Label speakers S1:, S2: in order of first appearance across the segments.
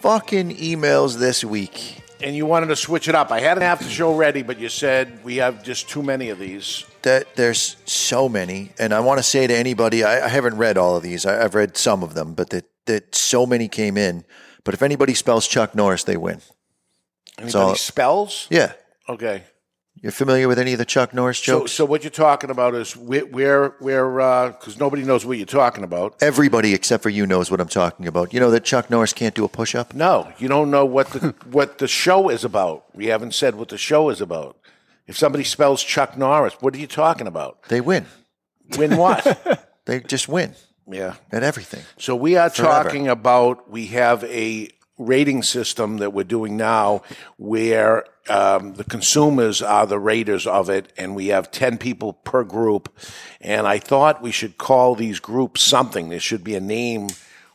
S1: fucking emails this week.
S2: and you wanted to switch it up. I had an after show ready, but you said we have just too many of these.
S1: That there's so many, and I want to say to anybody, I, I haven't read all of these. I, I've read some of them, but that that so many came in. But if anybody spells Chuck Norris, they win.
S2: Anybody
S1: So-
S2: spells?
S1: Yeah,
S2: Okay.
S1: you're familiar with any of the Chuck Norris
S2: So,
S1: jokes?
S2: so what you're talking about is where where where because uh, nobody knows what you're talking about.
S1: Everybody except for you knows what I'm talking about. You know that Chuck Norris can't do a push-up.
S2: No, you don't know what the what the show is about. We haven't said what the show is about. If somebody spells Chuck Norris, what are you talking about?
S1: They win.
S2: Win what?
S1: They just win
S2: yeah.
S1: at everything.
S2: So we are
S1: Forever.
S2: talking about we have a rating system that we're doing now where um, the consumers are the raters of it and we have 10 people per group and i thought we should call these groups something there should be a name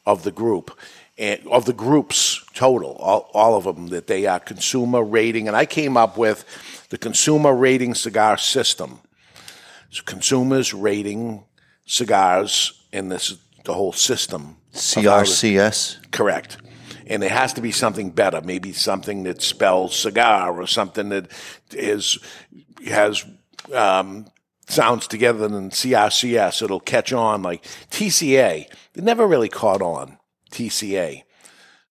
S2: of the group and of the groups total all, all of them that they are consumer rating and i came up with the consumer rating cigar system so consumers rating cigars and this is the whole system of how to-
S1: CRCS.
S2: correct and it has to be something better maybe something that spells cigar or something that is has um, sounds together than crcs it'll catch on like tca it never really caught on tca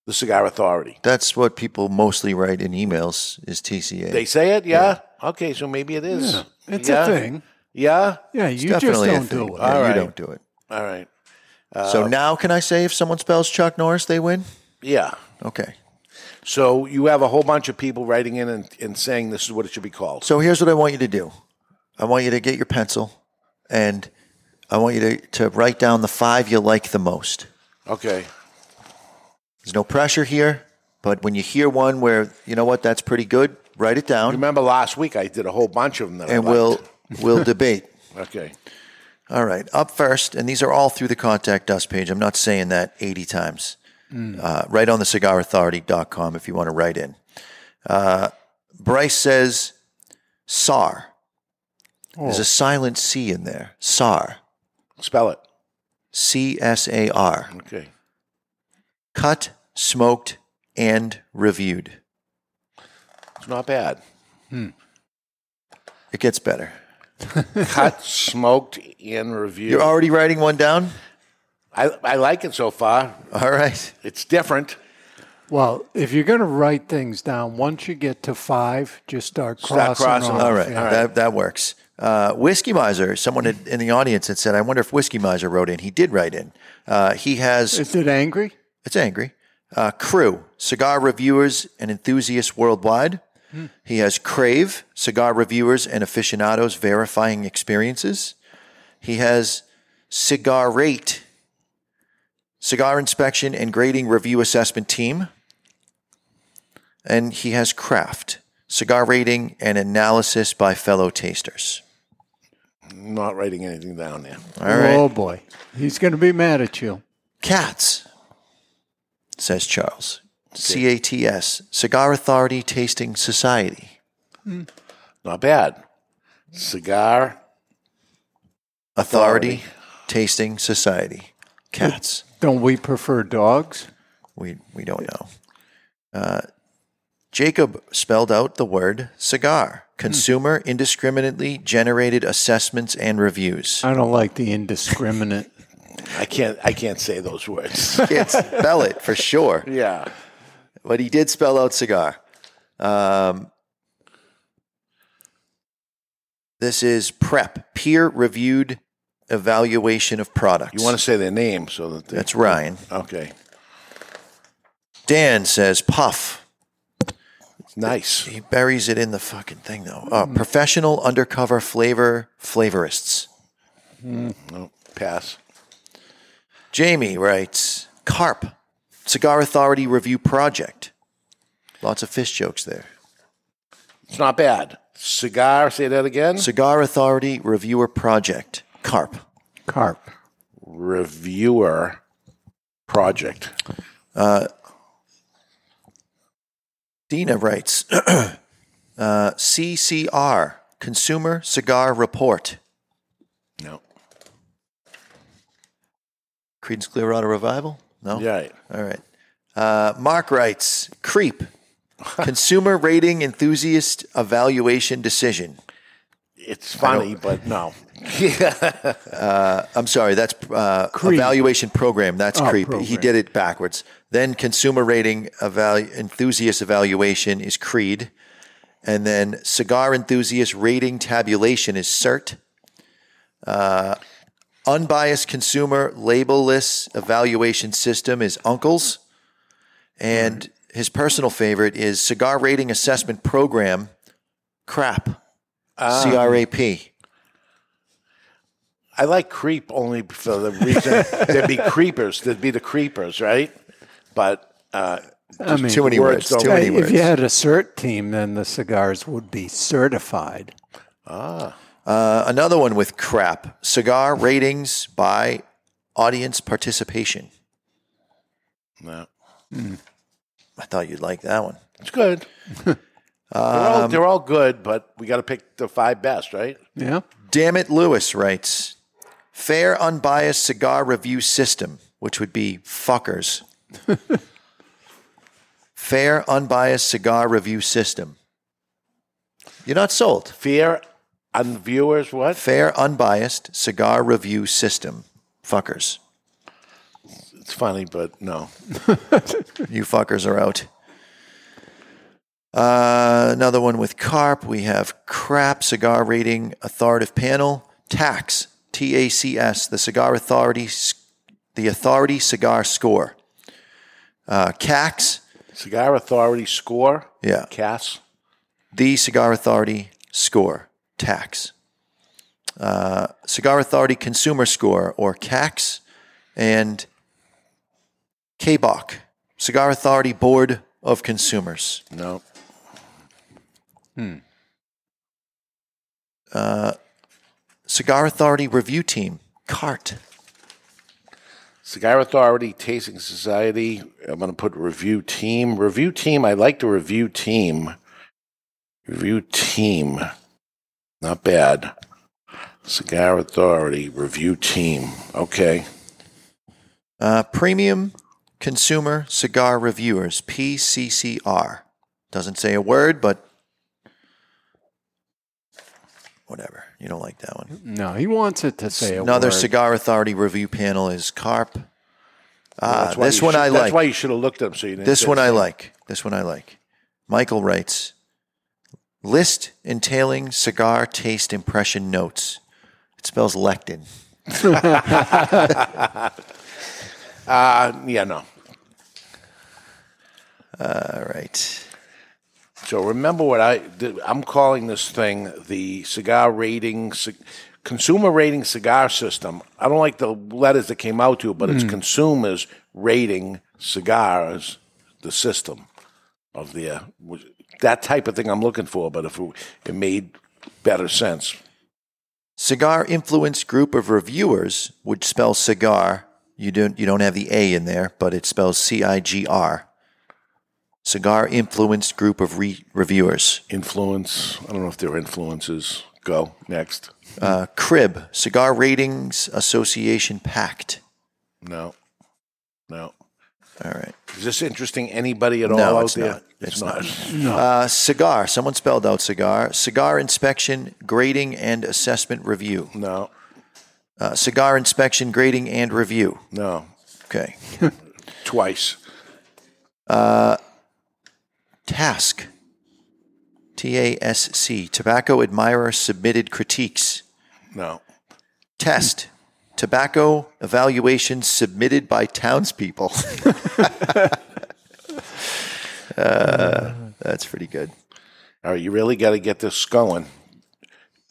S2: the cigar authority
S1: That's what people mostly write in emails is TCA.
S2: they say it yeah, okay so maybe it is yeah,
S3: It's a thing.
S2: yeah
S3: Yeah, you just
S1: Definitely a
S3: don't
S1: thing.
S3: do it. Uh,
S1: Yeah,
S2: All
S1: You
S2: right.
S1: don't do it.
S2: all right
S1: so now, can I say if someone spells Chuck Norris, they win?
S2: yeah
S1: Okay.
S2: So you have a whole bunch of people writing in and, and saying this is what it should be called.
S1: So here's what I want you to do. I want you to get your pencil and I want you to, to write down the five you like the most.
S2: Okay.
S1: There's no pressure here, but when you hear one where, you know what, that's pretty good, write it down
S2: Remember last week I did a whole bunch of them. That I
S1: and
S2: liked.
S1: we'll we'll debate.
S2: Okay.
S1: All right. Up first, and these are all through the contact us page. I'm not saying that 80 times.
S2: Mm.
S1: Uh, right on the cigarauthority.com if you want to write in. Uh, Bryce says SAR. There's
S2: Oh.
S1: a silent C in there. SAR.
S2: Spell it.
S1: C S A R.
S2: Okay.
S1: Cut, smoked, and reviewed.
S2: It's not bad.
S1: It gets better.
S2: Cut, smoked, and reviewed.
S1: You're already writing one down?
S2: I, I like it so far.
S1: All right.
S2: It's different.
S3: Well, if you're going to write things down, once you get to five, just start crossing.
S2: Start crossing
S3: off.
S2: them.
S1: All right.
S3: Yeah.
S1: That, that works. Uh, Whiskey Miser, someone had, in the audience had said, I wonder if Whiskey Miser wrote in. He did write in. Uh, he has,
S3: Is it angry?
S1: it's angry, uh, Crew, cigar reviewers and enthusiasts worldwide. He has Crave, cigar reviewers and aficionados verifying experiences. He has Cigar Rate, cigar inspection and grading review assessment team. And he has Craft, cigar rating and analysis by fellow tasters.
S2: I'm not writing anything down there.
S1: All right.
S3: Oh boy, he's going to be mad at you.
S1: Cats, says Charles. C A T S, Cigar Authority Tasting Society.
S2: Not bad. Cigar.
S1: Authority, Tasting Society. Cats.
S3: Don't we prefer dogs?
S1: We we don't know. Uh, Jacob spelled out the word cigar. Consumer indiscriminately generated assessments and reviews.
S3: I don't like the indiscriminate.
S2: I can't. I can't say those words.
S1: Can't spell it for sure,
S2: yeah.
S1: but he did spell out cigar. Um, this is prep, peer reviewed evaluation of products.
S2: You want to say their name so that they,
S1: That's Ryan.
S2: okay.
S1: Dan says puff.
S2: Nice.
S1: He buries it in the fucking thing though. Uh, professional undercover flavor flavorists.
S2: No, pass.
S1: Jamie writes carp, cigar authority review project. Lots of fish jokes there.
S2: It's not bad. Cigar. Say that again.
S1: Cigar authority reviewer project carp.
S3: Carp.
S2: Reviewer project.
S1: Dina writes uh, CCR Consumer Cigar Report.
S2: No.
S1: Creedence Clearwater Revival. No.
S2: Yeah. Right.
S1: All right. Uh, Mark writes Creep. Consumer rating enthusiast evaluation decision.
S2: It's funny, but no. yeah.
S1: I'm sorry, that's uh, evaluation program.
S3: Oh,
S1: That's creep. He did it backwards. Then consumer rating evalu- enthusiast evaluation is Creed, and then cigar enthusiast rating tabulation is CERT. Uh, unbiased consumer labelless evaluation system is Uncles, and his personal favorite is cigar rating assessment program. Crap,
S2: Ah.
S1: CRAP.
S2: I like creep only for the reason there'd be creepers. There'd be the creepers, right? But uh,
S3: I mean,
S1: Too many
S2: words don't
S1: words. Too
S3: uh,
S1: many
S3: if
S1: words.
S3: you had a cert team, then the cigars would be certified.
S1: Uh, another one with crap cigar ratings by audience participation.
S2: no,
S1: I thought you'd like that one.
S2: it's good. they're, all, they're all good, but we got to pick the five best, right?
S3: Yeah.
S1: Damn it, Lewis writes fair, unbiased cigar review system, which would be fuckers. fair, unbiased cigar review system. You're not sold.
S2: Fear on viewers. What?
S1: Fair, unbiased cigar review system. Fuckers.
S2: It's funny, but no.
S1: You fuckers are out. Uh, another one with carp. We have crap cigar rating authoritative panel tax T A C S the cigar authority s- the authority cigar score. Uh, CAX
S2: Cigar Authority score.
S1: yeah
S2: Cass.
S1: the cigar authority score tax. Uh, cigar authority consumer score or CAX and KBOC cigar authority board of consumers.
S2: No.
S1: Cigar Authority Review Team, CART.
S2: Cigar Authority, Tasting Society. I'm going to put review team. Review team. I like the review team. Review team. Not bad. Cigar Authority, review team. Okay.
S1: Uh, Premium Consumer Cigar Reviewers, PCCR. Doesn't say a word, but whatever. You don't like that one.
S3: No, he wants it to say a
S1: Another
S3: word.
S1: Cigar Authority Review panel is CARP. Ah,
S2: That's why
S1: this
S2: you
S1: one
S2: should-
S1: I
S2: That's
S1: like.
S2: why you should have looked up so you didn't.
S1: This
S2: say
S1: one I
S2: something.
S1: like. This one I like. Michael writes List entailing cigar taste impression notes. It spells lectin.
S2: Uh, yeah, no.
S1: All right.
S2: So remember what I th- I'm calling this thing the cigar rating ci- consumer rating cigar system. I don't like the letters that came out to it, but it's
S1: Hmm.
S2: consumers rating cigars the system of their that type of thing I'm looking for. But if it, it made better sense,
S1: Cigar influenced group of reviewers would spell cigar. You don't you don't have the A in there, but it spells C I G R. Cigar influenced group of re- reviewers.
S2: influence. I don't know if there are influences. Go next.
S1: Uh, Crib Cigar Ratings Association Pact.
S2: No, no.
S1: All right.
S2: Is this interesting anybody at all
S1: No,
S2: out
S1: it's
S2: there?
S1: not. It's Uh, cigar. Someone spelled out cigar. Cigar inspection, grading, and assessment review.
S2: No,
S1: Uh, cigar inspection, grading, and review.
S2: no.
S1: Okay.
S2: Twice.
S1: Task. T A S C. Tobacco admirer submitted critiques.
S2: No.
S1: Test. Tobacco evaluations submitted by townspeople. uh, Uh, that's pretty good.
S2: All right, you really got to get this going.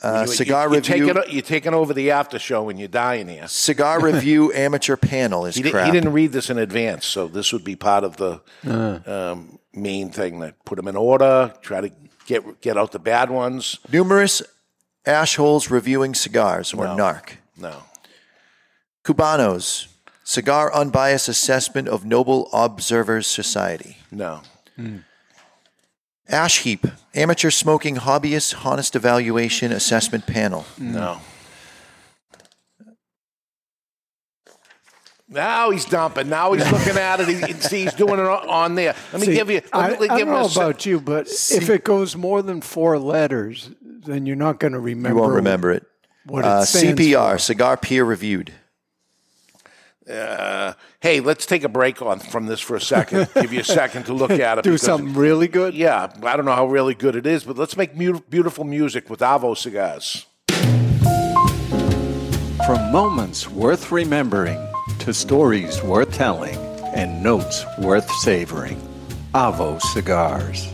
S1: Uh,
S2: You-
S1: cigar
S2: you,
S1: review.
S2: You're taking, you're taking over the after show and you're dying here.
S1: cigar review amateur panel is
S2: He, di-
S1: crap.
S2: he didn't read this in advance, so this would be part of the um, main thing that put him in order, try to get get out the bad ones.
S1: Numerous ashholes reviewing cigars or narc.
S2: No.
S1: Cubanos, cigar unbiased assessment of Noble Observers Society.
S2: No.
S1: Ash heap, amateur smoking hobbyist honest evaluation assessment panel.
S2: No. Now he's dumping. Now he's looking at it. He, he- see, he's doing it on on there. Let me
S3: See,
S2: give you. Let
S3: I,
S2: me give
S3: I don't
S2: him a
S3: know
S2: se-
S3: about you, but if it goes more than four letters, then you're not going to remember.
S1: You won't remember it.
S3: what it
S1: Uh,
S3: stands
S1: CPR, cigar peer reviewed.
S2: hey, let's take a break on from this for a second. give you a second to look at it.
S3: Do
S2: because-
S3: something really good.
S2: Yeah, I don't know how really good it is, but let's make mu- beautiful music with Avo cigars.
S4: From moments worth remembering to stories worth telling and notes worth savoring, Avo Cigars.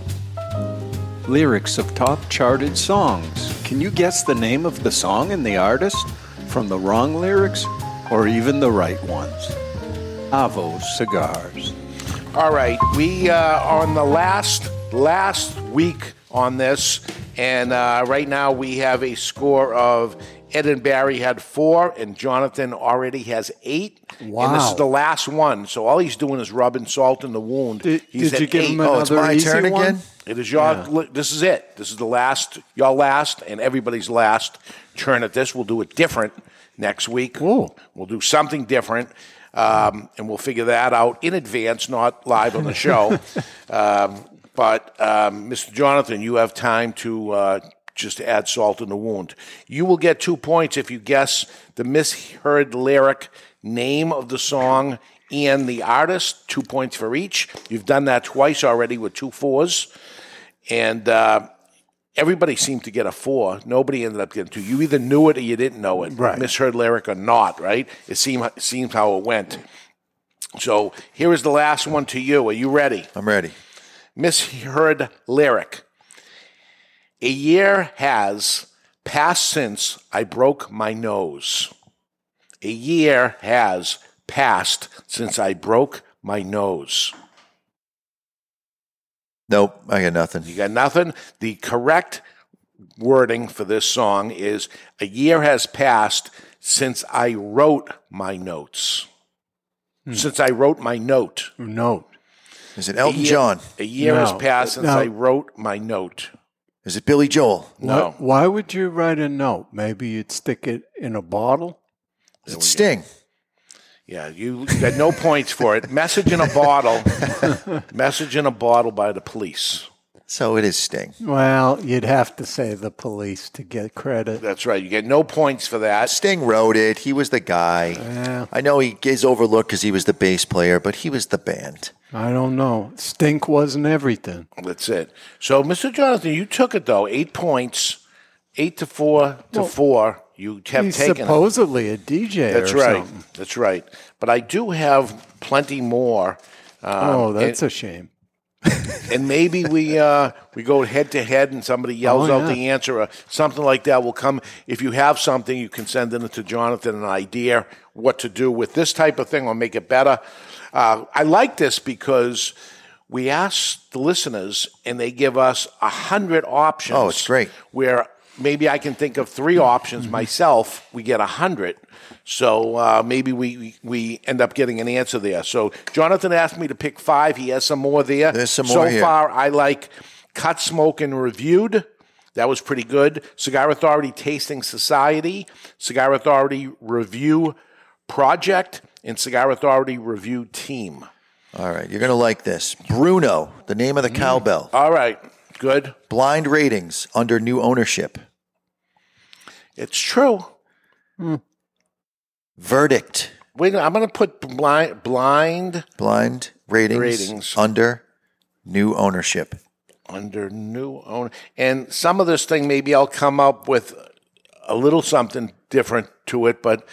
S4: Lyrics of top charted songs. Can you guess the name of the song and the artist from the wrong lyrics or even the right ones? Avo Cigars.
S2: All right, we uh, on the last last week on this, and uh, right now we have a score of Ed and Barry had four, and Jonathan already has eight. And this
S3: Wow.
S2: is the last one, so all he's doing is rubbing salt in the wound.
S3: Did,
S2: he's
S3: did
S2: at
S3: you give
S2: eight.
S3: him
S1: Oh, it's
S3: another
S1: my
S3: easy
S1: turn
S3: one?
S1: again?
S2: It is your. li- This is it. This is the last. Your last, and everybody's last turn at this. We'll do it different next week. We'll do something different, um, and we'll figure that out in advance, not live on the show. um, but um, Mr. Jonathan, you have time to uh, just add salt in the wound. You will get two points if you guess the misheard lyric name of the song and the artist. Two points for each. You've done that twice already with two fours and uh, everybody seemed to get a four. Nobody ended up getting two. You either knew it or you didn't know it.
S3: Right.
S2: Misheard lyric or not, right? It seemed seems how it went. So here is the last one to you. Are you ready?
S1: I'm ready.
S2: Misheard lyric. A year has passed since I broke my nose. A year has passed since I broke my nose.
S1: Nope, I got nothing.
S2: You got nothing? The correct wording for this song is A year has passed since I wrote my notes.
S3: Hmm.
S2: Since I wrote my note.
S3: No.
S1: Is it
S2: A
S1: Elton
S2: year-
S1: John?
S2: A year has
S3: No.
S2: passed since
S3: No.
S2: I wrote my note.
S1: Is it Billy Joel?
S2: No.
S3: Why, why would you write a note? Maybe you'd stick it in a bottle.
S1: Is it Sting?
S2: Yeah, you you got no points for it. Message in a bottle. Message in a bottle by the police.
S1: So it is Sting.
S3: Well, you'd have to say the police to get credit.
S2: That's right. You get no points for that.
S1: Sting wrote it. He was the guy.
S3: Yeah.
S1: I know he is overlooked because he was the bass player, but he was the band.
S3: I don't know. Stink wasn't everything.
S2: That's it. So, Mr. Jonathan, you took it though. Eight points, eight to four to four. You have
S3: He's
S2: taken. it.
S3: supposedly a DJ.
S2: That's
S3: or
S2: right.
S3: something.
S2: That's right. But I do have plenty more, uh,
S3: oh, that's a shame.
S2: and maybe we uh, we go head to head, and somebody yells
S3: Oh,
S2: out the answer, or something like that will come. If you have something, you can send it to Jonathan an idea what to do with this type of thing, or make it better. Uh, I like this because we ask the listeners, and they give us a hundred options.
S1: Oh, it's great. Mm-hmm.
S2: Where maybe I can think of three options myself. We get a hundred, so uh, maybe we we end up getting an answer there. So Jonathan asked me to pick five. He has some more there.
S1: There's some
S2: so
S1: more here.
S2: far, I like cut smoke and reviewed. That was pretty good. Cigar Authority Tasting Society, Cigar Authority Review Project, and Cigar Authority Review Team.
S1: All right, you're going to like this. Bruno, the name of
S3: Mm.
S1: the cowbell.
S2: All right. Good.
S1: Blind ratings under new ownership.
S2: It's true.
S1: Verdict.
S2: Wait, I'm going to put blind, blind
S1: Blind ratings,
S2: Ratings.
S1: under new ownership.
S2: under new owner. And some of this thing, maybe I'll come up with a little something different to it. But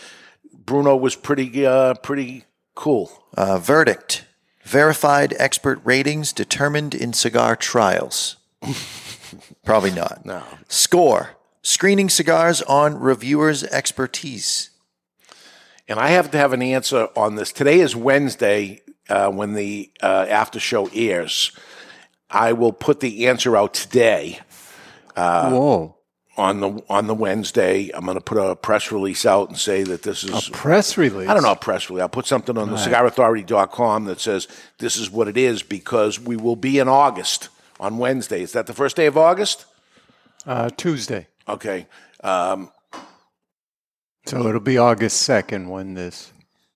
S2: Bruno was pretty, uh, pretty cool.
S1: Uh, verdict. Verified expert ratings determined in cigar trials. Probably not.
S2: No.
S1: Score. Screening cigars on reviewers' expertise.
S2: And I have to have an answer on this. Today is Wednesday uh, when the uh, after show airs. I will put the answer out today uh,
S4: Whoa.
S2: on the on the Wednesday. I'm going to put a press release out and say that this is
S3: Press release.
S2: I don't know, a press release. I'll put something on the cigarauthority.com that says this is what it is because we will be in August on Wednesday. Is that the first day of August?
S3: Uh, Tuesday.
S2: Okay. Um,
S3: So it'll be August 2nd when this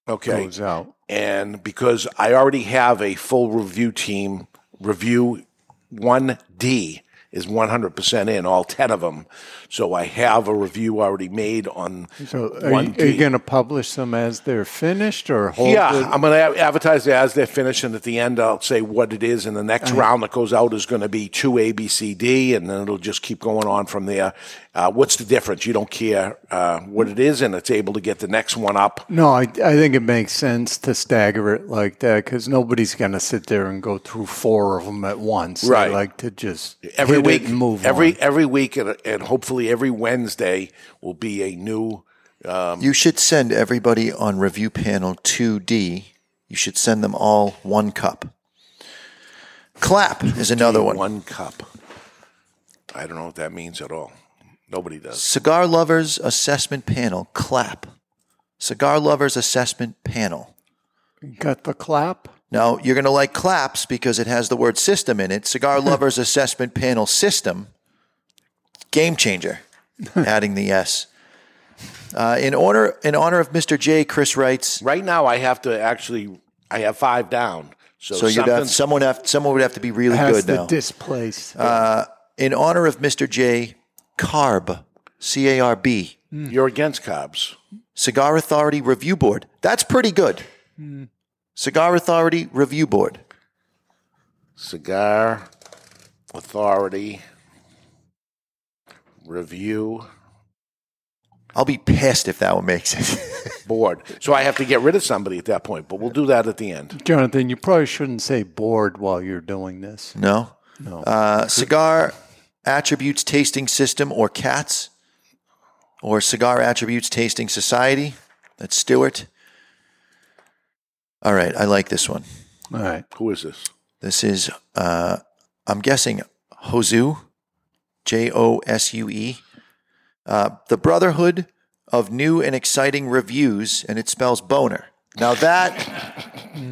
S2: okay.
S3: goes out.
S2: and because I already have a full review team, review 1D is 100% in, all 10 of them. So I have a review already made on
S3: So are you,
S2: 1D.
S3: are you going to publish them as they're finished or hold
S2: yeah,
S3: it?
S2: I'm going to advertise it as they're finished, and at the end, I'll say what it is. And the next
S3: Uh-huh.
S2: round that goes out is going to be two A, B, C, D, and then it'll just keep going on from there. Uh, what's the difference? You don't care uh, what it is, and it's able to get the next one up.
S3: No, I, I think it makes sense to stagger it like that because nobody's going to sit there and go through four of them at once. They
S2: Right.
S3: like to just
S2: every
S3: hit it
S2: week
S3: and move
S2: every
S3: on.
S2: every week and, and hopefully every wednesday will be a new
S1: You should send everybody on review panel 2D. You should send them all one cup. Clap is another one.
S2: one cup i don't know what that means at all nobody does
S1: Cigar Lovers Assessment Panel. Clap. Cigar Lovers Assessment Panel.
S3: Got the clap?
S1: Now, you're going to like claps because it has the word system in it. Cigar Lovers Assessment Panel System. Game changer. Adding the S. Uh, in honor in honor of Mr. J, Chris writes.
S2: right now i have to actually i have five down so,
S1: So you'd
S2: something
S1: have, someone have someone would have to be really
S3: Has
S1: good
S3: the
S1: now.
S3: displace.
S1: in honor of Mr. J, CARB, C A R B,
S2: you're against carbs
S1: Cigar Authority Review Board. That's pretty good. Cigar Authority Review Board.
S2: cigar authority review
S1: I'll be pissed if that one makes it.
S2: board so i have to get rid of somebody at that point but we'll do that at the end
S3: Jonathan, you probably shouldn't say bored while you're doing this.
S1: no?
S3: No.
S1: Uh, cigar Attributes Tasting System or CATS or Cigar Attributes Tasting Society. That's Stewart. All right. I like this one.
S3: All right.
S2: who is this
S1: This is, uh, I'm guessing, Hozu, J O S U E. Uh, the Brotherhood of New and Exciting Reviews, and it spells boner. Now that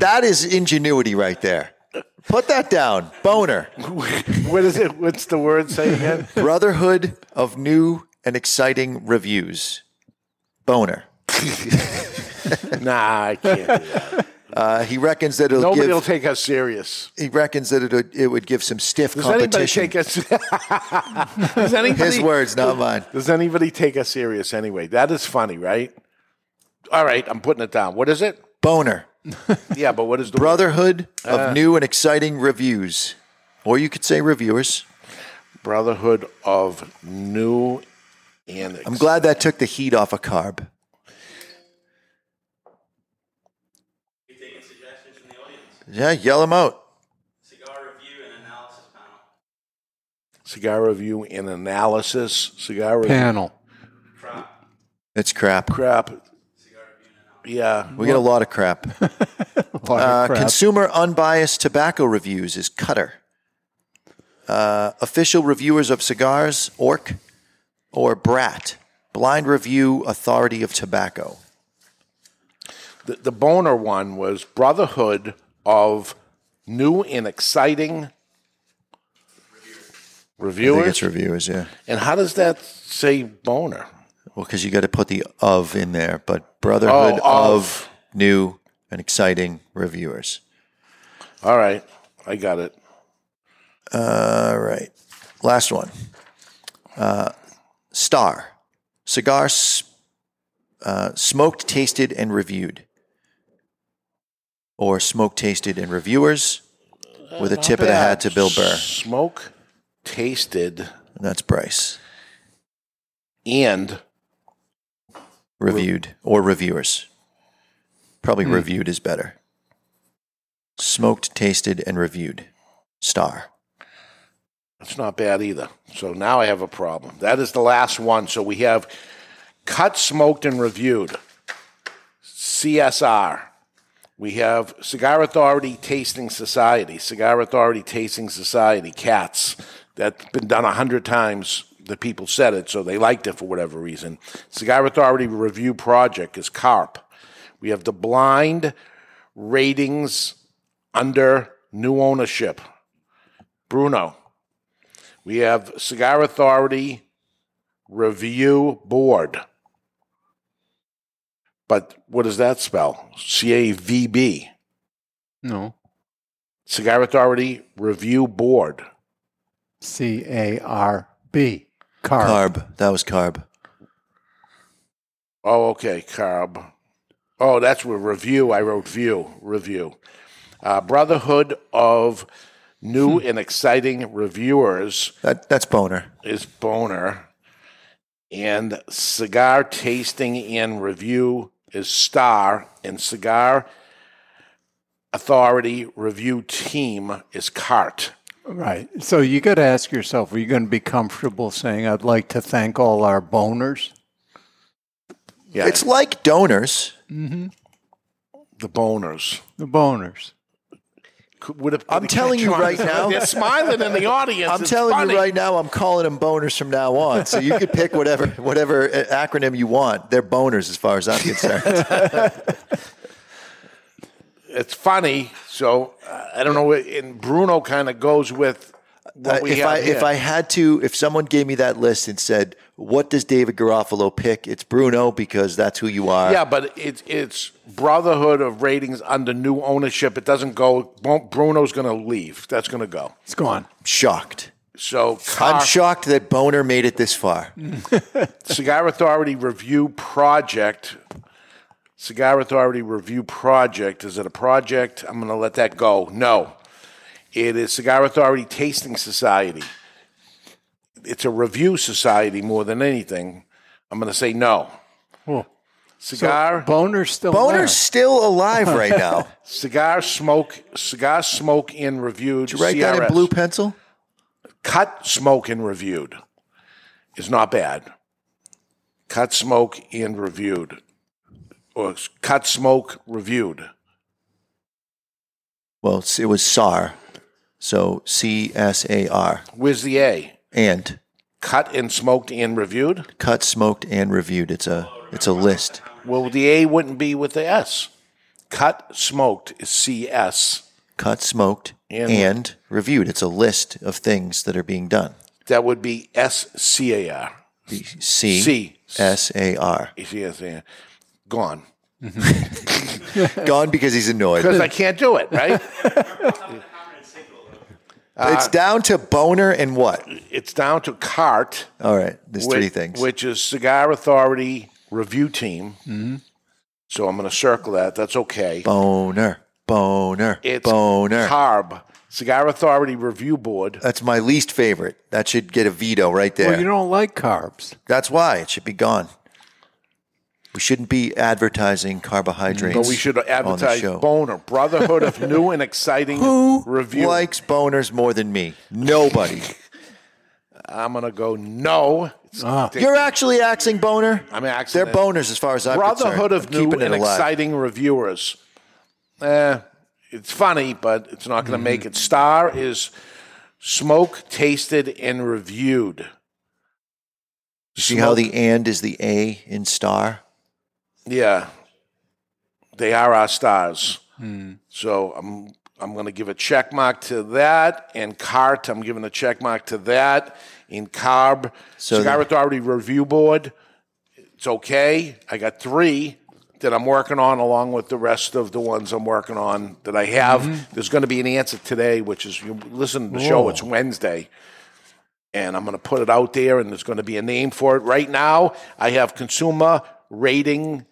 S1: that is ingenuity right there. Put that down, boner.
S2: what is it what's the word say again
S1: Brotherhood of New and Exciting Reviews, boner.
S2: nah i can't do that.
S1: Uh, he reckons that it'll
S2: Nobody will
S1: give.
S2: take us serious.
S1: he reckons that it would, it would give some stiff
S2: Does anybody
S1: competition.
S2: take us? does anybody?
S1: His words, not mine.
S2: Does anybody take us serious anyway? That is funny, right? All right, I'm putting it down. What is it?
S1: Boner.
S2: Yeah, but what is the
S1: Brotherhood of
S2: Uh.
S1: new and exciting reviews, or you could say reviewers.
S2: brotherhood of new and
S1: I'm glad that took the heat off a carb.
S5: taking suggestions from the audience.
S1: Yeah, yell them out.
S5: Cigar review and analysis panel.
S2: cigar review and analysis cigar review.
S3: Panel.
S1: It's crap.
S2: crap. Yeah,
S1: We get a lot of crap. Uh, Consumer unbiased tobacco reviews is Cutter. Uh, official reviewers of cigars, Orc, or Brat. Blind Review Authority of Tobacco.
S2: the, the boner one was brotherhood of new and exciting
S1: I think
S2: reviewers.
S1: it's reviewers, yeah.
S2: And how does that say boner?
S1: Well, because you got to put the of in there, but Brotherhood
S2: Oh, of.
S1: of new and exciting reviewers.
S2: All right. I got it.
S1: All right. Last one. Uh, Star. Cigar s- uh, smoked, tasted, and reviewed. Or smoked, tasted, and reviewers with a tip of the hat to Bill Burr.
S2: Smoke, tasted,
S1: And that's Bryce.
S2: and
S1: Reviewed or reviewers. Probably reviewed is better. Smoked, tasted, and reviewed. Star.
S2: That's not bad either. So now I have a problem. That is the last one. So we have cut, smoked, and reviewed. CSR. We have Cigar Authority Tasting Society. Cigar Authority Tasting Society. Cats. That's been done a hundred times. The people said it, so they liked it for whatever reason. Cigar Authority Review Project is CARP. We have the blind ratings under new ownership. Bruno. We have Cigar Authority Review Board. But what does that spell? C A V B.
S3: No.
S2: Cigar Authority Review Board.
S3: C A R B. Carb.
S1: Carb. That was carb.
S2: Oh, okay, Carb. Oh, that's where review. I wrote view, review. Uh, Brotherhood of New and Exciting Reviewers
S1: That, that's boner.
S2: is Boner. And Cigar Tasting and Review is Star. And Cigar Authority Review Team is CART.
S3: Right. So you got to ask yourself are you going to be comfortable saying, I'd like to thank all our boners?
S2: Yeah,
S1: It's like donors.
S2: the Boners.
S3: The boners.
S2: Could- Would have,
S1: I'm telling you right now-
S2: They're smiling in the audience.
S1: I'm
S2: It's
S1: telling
S2: funny.
S1: you right now, I'm calling them boners from now on. So you could pick whatever whatever uh, acronym you want. They're boners, as far as I'm concerned.
S2: It's funny. So uh, I don't know. And Bruno kind of goes with what
S1: Uh,
S2: we
S1: if
S2: have
S1: I
S2: here.
S1: if I had to, if someone gave me that list and said, "What does David Garofalo pick?" It's Bruno because that's who you are.
S2: Yeah, but it's it's brotherhood of ratings under new ownership. It doesn't go. Bru- Bruno's going to leave. That's going to go.
S3: It's gone.
S1: Shocked.
S2: So
S1: I'm
S2: Car-
S1: shocked that Boner made it this far.
S2: Cigar Authority Review Project. Cigar Authority Review Project. Is it a project? I'm going to let that go. No, it is Cigar Authority Tasting Society. It's a review society more than anything. I'm going to say no. Cigar.
S3: Boners still there.
S1: Boner's still alive right now.
S2: Cigar smoke, cigar smoke in reviewed.
S1: Did you write that in
S2: CRS.
S1: blue pencil?
S2: Cut smoke and reviewed is not bad. Cut smoke and reviewed, or s- cut smoke reviewed.
S1: Well, it's- it was SAR. So C S A R
S2: Where's the A?
S1: and
S2: Cut and smoked and reviewed.
S1: cut, smoked, and reviewed. It's a it's a list.
S2: Well, the A wouldn't be with the S. Cut smoked is C S.
S1: cut, smoked,
S2: And-
S1: and, reviewed. It's a list of things that are being done.
S2: That would be S C A R.
S1: The C
S2: C.
S1: E S A R.
S2: If you understand. Gone.
S1: Gone because he's annoyed.
S2: Because I can't do it, right? Uh,
S1: it's down to boner and what?
S2: it's down to cart.
S1: All right, there's three
S2: which-
S1: things.
S2: which is Cigar Authority Review Team.
S1: Mm-hmm.
S2: So I'm going to circle that. That's okay.
S1: boner, boner,
S2: It's
S1: boner.
S2: CARB, Cigar Authority Review Board.
S1: That's my least favorite. That should get a veto right there.
S3: Well, you don't like carbs.
S1: That's why it should be gone. We shouldn't be advertising carbohydrates.
S2: But we should advertise
S1: show.
S2: Boner, Brotherhood of New and Exciting
S1: Who
S2: Review.
S1: likes boners more than me? Nobody.
S2: I'm going to go no.
S1: You're actually axing boner.
S2: I'm axing
S1: They're
S2: it.
S1: boners as far as I'm
S2: Brotherhood
S1: concerned.
S2: of
S1: I'm
S2: New
S1: keeping it
S2: and
S1: alive.
S2: Exciting Reviewers. Eh, it's funny, but it's not going to
S1: Mm-hmm.
S2: make it. Star is smoke, tasted, and reviewed.
S1: See how the and is the A in star?
S2: Yeah, they are our stars.
S1: Hmm.
S2: So I'm I'm going to give a check mark to that, and cart I'm giving a check mark to that. In carb,
S1: So
S2: cigar
S1: the-
S2: authority review board, it's okay. I got three. that I'm working on, along with the rest of the ones I'm working on that I have.
S1: Mm-hmm.
S2: There's going to be an answer today, which is you listen to the
S1: Oh.
S2: show. It's Wednesday, and I'm going to put it out there, and there's going to be a name for it. Right now, I have consumer rating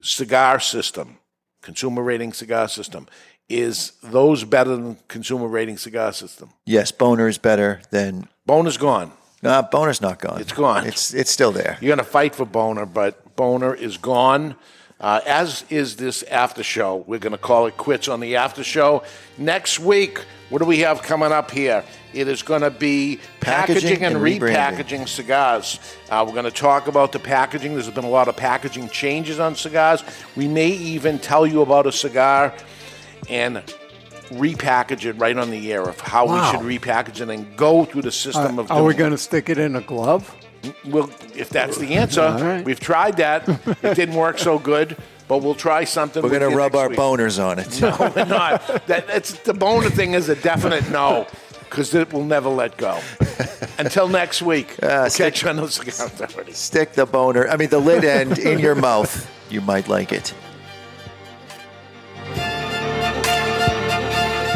S2: cigar system. Consumer rating cigar system is those better than consumer rating cigar system.
S1: Yes, boner is better than.
S2: Bone is gone.
S1: Nah, boner's not gone.
S2: It's gone.
S1: It's it's still there.
S2: You're going to fight for Boner, but Boner is gone. Uh, as is this after show. We're going to call it quits on the after show. Next week, what do we have coming up here? It is going to be packaging,
S1: Packaging
S2: and,
S1: and rebranding.
S2: repackaging cigars. Uh, we're going to talk about the packaging. There's been a lot of packaging changes on cigars. We may even tell you about a cigar and repackage it right on the air of how
S3: Wow.
S2: we should repackage it and go through the system of
S3: Uh, Are we
S2: doing-
S3: going to stick it in a glove?
S2: Well, if that's the answer,
S3: All right.
S2: we've tried that. It didn't work so good, but we'll try something.
S1: We're
S2: with
S1: gonna
S2: you
S1: rub
S2: next
S1: our
S2: week.
S1: boners on it.
S2: No, we're not. That, that's the boner thing is a definite no, because it will never let go. Until next week,
S1: Uh,
S2: we'll catch you on those cigar authority.
S1: Stick the boner. I mean, the lid end in your mouth. You might like it.